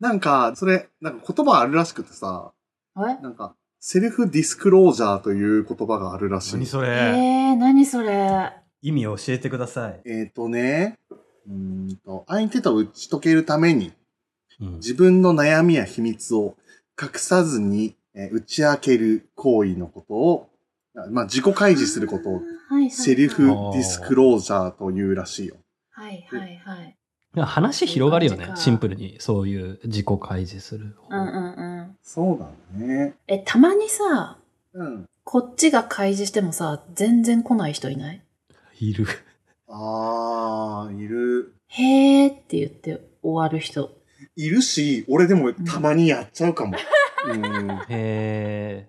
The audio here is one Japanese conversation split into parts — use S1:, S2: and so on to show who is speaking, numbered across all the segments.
S1: なんか、それ、なんか言葉あるらしくてさ、
S2: え
S1: なんか、セルフディスクロージャーという言葉があるらしい。
S3: 何そ
S2: え
S3: れ
S2: ー、何それ
S3: 意味を教えてください。
S1: えっ、とね、うーんと、相手と打ち解けるために、
S3: うん
S1: 自分の悩みや秘密を隠さずに、えー打ち明ける行為のことを、まあ、自己開示することを、
S2: はいはいはい
S1: セルフディスクロージャーというらしいよ。
S2: はいはいはい。
S4: 話広がるよ
S2: そういう
S4: ね
S2: 感じか
S4: シンプルにそういう自己開示する、
S2: うんうんうん。
S1: そうだね。
S2: え、たまにさ、
S1: うん。
S2: こっちが開示してもさ、全然来ない人いない
S4: いる
S1: あー、いる。
S2: へーって言って終わる人。
S1: いるし、俺でもたまにやっちゃう かも。うん。
S4: へえ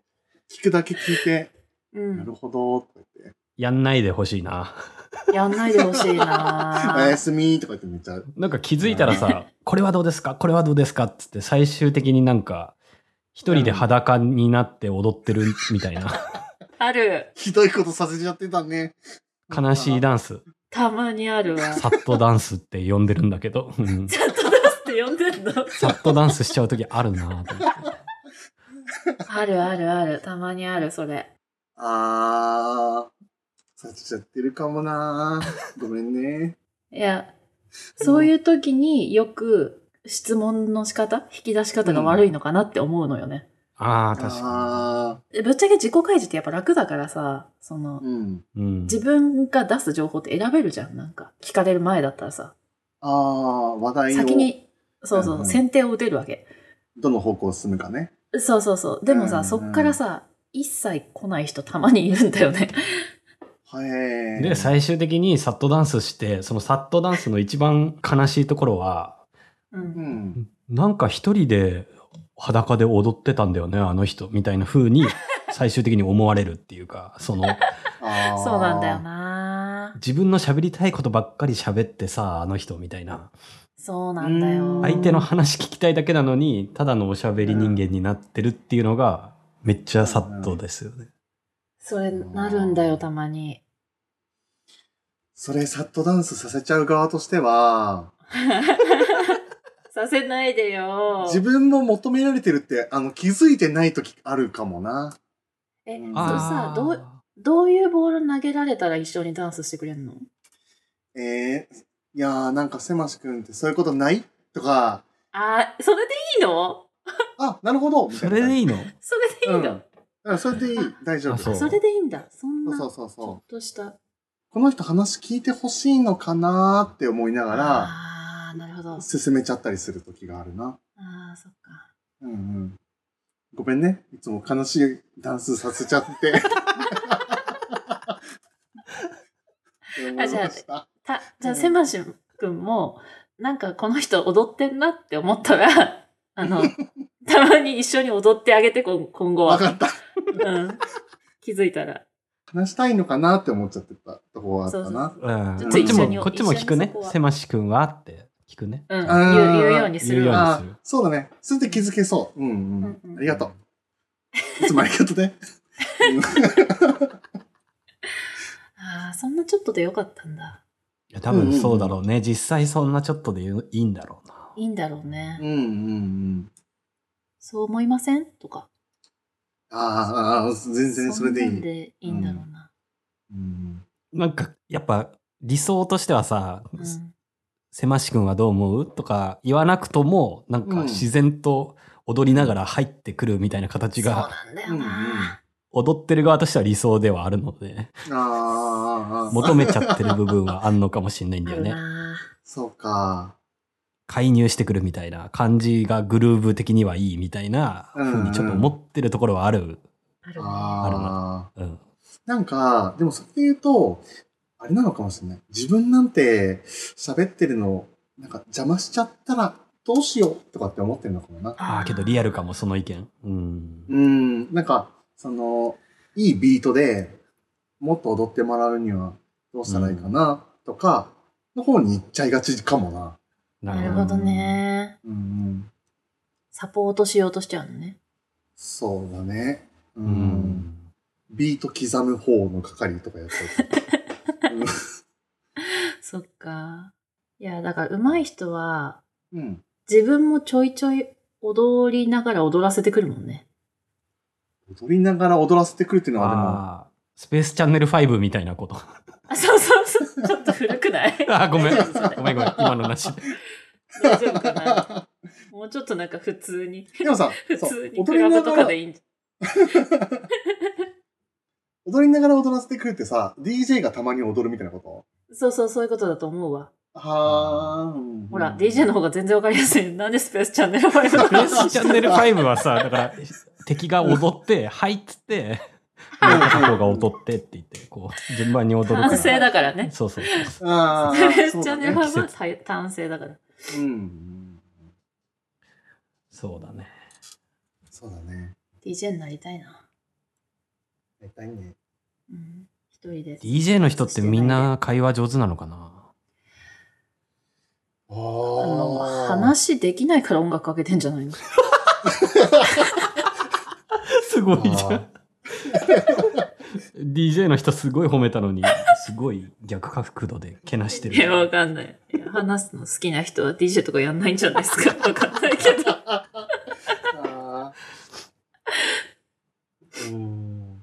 S1: 聞くだけ聞いて、
S2: う
S1: なるほど、とか言って、
S4: やんないでほしいな
S2: やんないでほしいな
S1: おやすみ、とか言ってめっちゃ、
S4: なんか気づいたらさ「これはどうですかこれはどうですか」っつって最終的になんか一人で裸になって踊ってるみたいな
S2: ある。
S1: ひどいことさせちゃってたね。
S4: 悲しいダンス
S2: たまにあるわ。
S4: サットダンスって呼んでるんだけど、うん
S2: ちゃんと出すって呼んでんの
S4: サットダンスしちゃう時あるなと思って
S2: あるあるある。たまにある、それ。
S1: あー、させちゃってるかもなー。ごめんね。
S2: いや、 そういう時によく質問の仕方引き出し方が悪いのかなって思うのよね。
S4: ああ確
S1: あ
S4: か
S2: えぶっちゃけ自己開示ってやっぱ楽だからさ、その、
S1: ー、うん。
S4: に、うん、
S2: 自分が出す情報って選べるじゃん、なんか。聞かれる前だったらさ。
S1: あー、話題を、
S2: 先に、そうそうう、
S1: んうん
S2: 先手を打てるわけ。
S1: どの方向進むかね。
S2: そうそうそう。でも
S1: うんう
S2: さ、
S1: ん
S2: そっからさ、一切来ない人たまにいるんだよね。
S1: はい、えー。
S4: で最終的にサットダンスしてそのサットダンスの一番悲しいところは
S2: う。
S1: うんん。
S4: なんか一人で裸で踊ってたんだよねあの人みたいな 風に最終的に思われるっていうかその
S1: あー
S2: そうなんだよ。な
S4: 自分の喋りたいことばっかり喋ってさあの人みたいな
S2: そうなんだ
S1: う
S2: よ。
S1: ん
S4: 相手の話聞きたいだけなのにただのおしゃべり人間になってるっていうのがめっちゃサットですよね。
S2: それ、なるんだよ、た まに。
S1: それ、サットダンスさせちゃう側としては、
S2: させないでよ。
S1: 自分も求められてるって、あの、気づいてない時あるかもな。
S2: え、それ
S1: あー
S2: さ、どう、どういうボール投げられたら一緒にダンスしてくれんの
S1: えー、いやー、なんか、せましくんってそういうことないとか、
S2: あー、それでいいの
S1: あ、なるほどみた
S4: そ
S1: いな。
S4: れでい
S1: い
S4: いの
S2: それでいいの、
S1: うん、それでいい。大丈夫。
S4: あそう
S2: それでいいんだ。そんな、
S1: そうそうそう
S2: ち
S1: そ
S2: ょっとした。
S1: う。この人話聞いてほしいのかなーって思いながら、
S2: あー、なるほど。
S1: 進めちゃったりする時があるな。
S2: ああ、そっか。
S1: うんうん。ごめんね。いつも悲しいダンスさせちゃって。 って思いました
S2: た、じゃあ、
S1: うん
S2: せましくんも、なんかこの人踊ってんなって思っ たら、あの、たまに一緒に踊ってあげて、こん今後
S1: わ
S2: は。
S1: かった。
S2: うん。気づいたら。
S1: 話したいのかなって思っちゃってたとこはあったな。
S4: うん
S1: ちょっ
S4: ことっ
S1: 一
S4: ち
S1: 緒
S2: に
S4: もこっちも聞く
S2: 一緒に
S4: ね
S2: そこは
S4: 「せましくんは?」って聞くね。
S2: うん。
S1: あー
S2: 言う言うようにする
S4: 言うよ
S2: わ。
S1: ああ、そうだね。それで気づけそう。うんうん。
S2: うんうん
S1: ありがとう。いつもありがとうね。
S2: ああ、そんなちょっとでよかったんだ。
S4: いや多分そうだろうね、実際そんなちょっとでいいんだろうな。
S2: いいんだろうね。
S1: うんうんうん。
S2: そう思いませんとか。
S1: ああああ、全然それでい
S2: んなん
S1: い。
S2: でいいんだろうな。
S1: うん
S4: なんかやっぱ理想としてはさ
S2: うん。
S4: 「せましくんはどう思う?」とか言わなくともなん
S1: う
S4: か
S1: ん
S4: 自然と踊りながら入ってくるみたいな形
S2: そう
S4: が
S2: なんだよな。
S4: 踊ってる側としては理想ではあるので
S1: ああああ、
S4: 求めちゃってる部分はあんのかもしれないんだ
S2: あ
S4: よ
S2: る
S4: ね。
S2: な。
S1: そうか。
S4: 介入してくるみたいな感じがグルーヴ的にはいいみたいなふうにちょっと思ってるところはある。
S2: あるね。
S4: ある
S1: ああ。
S4: うん。
S1: なんか、でもそれで言うと、あれなのかもしれない。自分なんて喋ってるの、なんか邪魔しちゃったらどうしようとかって思ってるのかもな。
S4: ああ、けどリアルかも、その意見。うん。
S1: うん、なんか、その、いいビートでもっと踊ってもらうにはどうしたらいいかなとか、の方に行っちゃいがちかもな。
S2: なる
S4: ど
S2: ほどね。
S1: うんうん、
S2: サポートしようとしちゃうの ね。
S1: そうだね。う、
S4: うんん。
S1: ビート刻む方の係とかやっちゃ う。
S2: そっか。いや、だから上手い人は、
S1: うん。
S2: 自分もちょいちょい踊りながら踊らせてくるもんね。
S1: 踊りながら踊らせてくるっていうのは、
S4: ああ、スペースチャンネル5みたいな こと。
S2: あ、そうそうそう。ちょっと古くない
S4: あごめん。
S2: 大丈夫それ
S4: ごめんごめん。今のなし。
S2: 大丈
S1: で
S2: 夫
S1: も
S2: かな。もうちょっとなんか普通に、
S1: でもさ、
S2: 普
S1: そう
S2: 通にク
S1: 踊り
S2: ラ
S1: な
S2: ブと
S1: が
S2: からで、いいんじ
S1: 踊りながら踊らせてくるってさ、DJ がたまに踊るみたいなこと
S2: ゃそうそう、そういうことだと思うわ。
S1: はーん。
S2: ほら、DJ の方が全然わかりやすい。なんでスペースチャンネルをや
S4: スペースチャンネル
S1: イ
S4: 5はさ、だから、敵が踊 って、はいっつって、もう片方が踊ってって言って、こう、順番に踊るか
S2: 男
S4: ら。
S2: 性だからね。
S4: そうそうそう。
S1: ブ。あ
S2: スペ
S1: ー
S2: ースチャンネ
S1: そ
S2: ル
S1: うだね
S2: 派は大男性だから。
S1: うん。
S4: そうだね。
S1: そうだね。
S2: DJ になりたいな。
S1: 絶対ね。
S2: うん。一人で。
S4: DJ の人ってみんな会話上手なのかな
S1: あ
S2: あの、
S1: ー
S2: 話できないから音楽かけてんじゃ ないの
S4: すごいじゃ
S1: あ
S4: ん。DJ の人すごい褒めたのに、すごい逆角度でけなして
S2: いや、わ
S4: る。
S2: かんない。いや話すの好きな人は DJ とかやんないんじゃないですか。 わかんないけど。
S1: あー。うーん。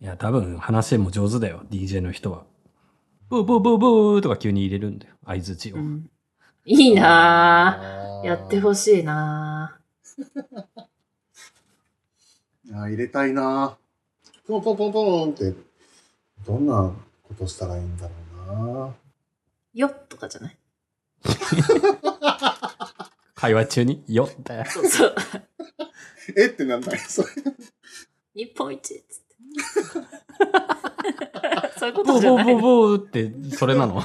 S4: いや、多分話も上手だよ、DJ の人は。ブーブーブーブーとか急に入れるんだよ、相づちを
S2: う。ん、いいな
S1: あ
S2: ぁ。やってほ
S1: しい
S2: しいなぁ。
S1: あー入れたいなぁ。ポンポンポンポンって、どんなことしたらいいんだろうな
S2: よっとかじゃない
S4: 会話中に、よって。
S2: そうそう。
S1: えってなんだよ、 それ。
S2: 日本一っつって。 そういうこ
S4: ブ
S2: と
S4: ー
S2: じ
S4: ブ
S2: ゃ
S4: ー
S2: な
S4: ブ
S2: い
S4: ー
S2: の。
S4: ブーって、それなの。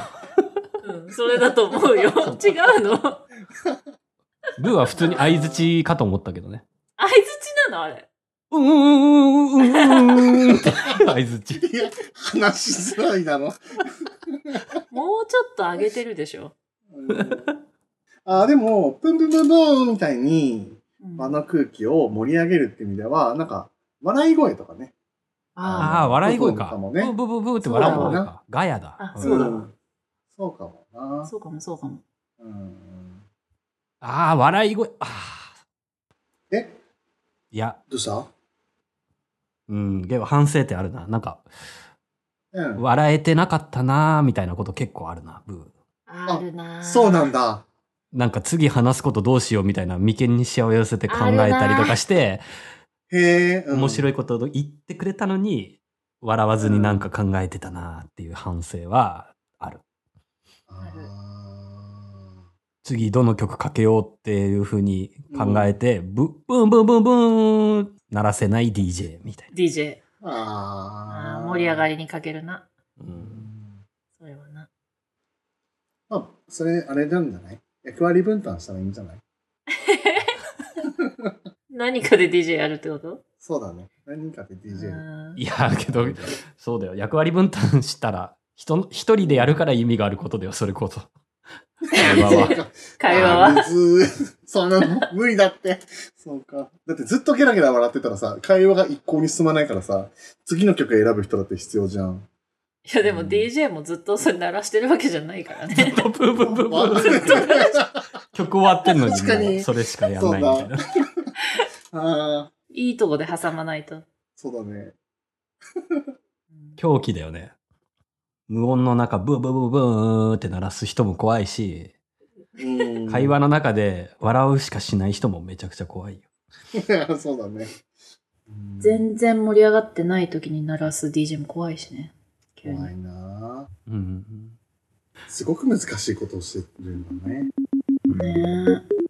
S2: うん、それだと思うよ。違うの。
S4: ブーは普通に相づちかと思ったけどね。
S2: 相づちなのあれ。
S4: うんうんうんうんうんうんって相づち。
S1: いや、話しづらいだ ろ。
S2: もうちょっと上げてるでしょ。
S1: あーでも、プンプンプンプンみたいに
S2: うん
S1: 場の空気を盛り上げるって意味では、なんか、笑い声とかね。
S2: あ
S4: ああ、笑い声
S1: そう
S4: か
S1: か。も
S4: ブ
S1: ね
S4: ーブーブーブーって笑う声
S1: そうだろう
S4: か。ガヤだ。
S2: あ
S4: うん
S2: そうだ
S1: んそうかも
S2: あ、
S1: な。
S2: そうかもそうかも。
S1: うん、
S4: ああ、笑い声。ああ。
S1: え
S4: いや、
S1: どうした
S4: うん、でも反省点あるな。なんか、
S1: うん。
S4: 笑えてなかったなーみたいなこと結構あるな、ブー。
S2: あるなぁ
S1: そうなんだ。
S4: なんか次話すことどうしようみたいな眉間にしわを寄せて考えたりとかして、
S1: へえ。
S4: 面白
S1: い。
S4: いことを言ってくれたのに、笑わずになんか考えてたなーっていう反省はある。
S1: あ
S4: 次どの曲かけようっていうふうに考えて、ブブンブンブンブーン鳴らせない DJ みたい
S2: DJ。
S1: ーあ
S2: あ
S1: ー。
S2: ー盛り上が
S1: り。
S2: りにかけるな。
S4: な。うん、
S2: それはな。
S1: まあ、それ、あれなんじゃない役割分担したらいいんじゃない
S2: 何かで DJ やるってこと
S1: そうだね。何人かで DJ。
S2: あー
S4: いや けどそうだよ役割分担したら人の一人でやるから意味があることだよそ れこそ。会話は
S2: 会話は。
S1: あー。むずー そんなの無理だって。そうか。だってずっとゲラゲラ笑ってたらさ、会話が一向に進まないからさ、次の曲選ぶ人だって必要じゃん。
S2: いやでも DJ もずっとそれ鳴らしてるわけじゃないからね。
S4: ブーブーブーブー
S1: あ
S4: 曲終わってんのに
S1: 確かに
S4: もうそれしかやんないみたいな。
S1: あー、
S2: いいとこで挟まないと。
S1: そうだね。
S2: うん
S4: 狂気だよね。無音の中ブーブーブーブーンって鳴らす人も怖いし、
S1: うん
S4: 会話の中で笑うしかしない人もめちゃくちゃ怖いよ。
S1: そうだね。うん
S2: 全然盛り上がってない時に鳴らす DJ も怖いしね。急に
S1: 怖いなぁ
S4: うん
S1: すごく難しいことをしてるんだね。
S4: うんうん
S2: ねえ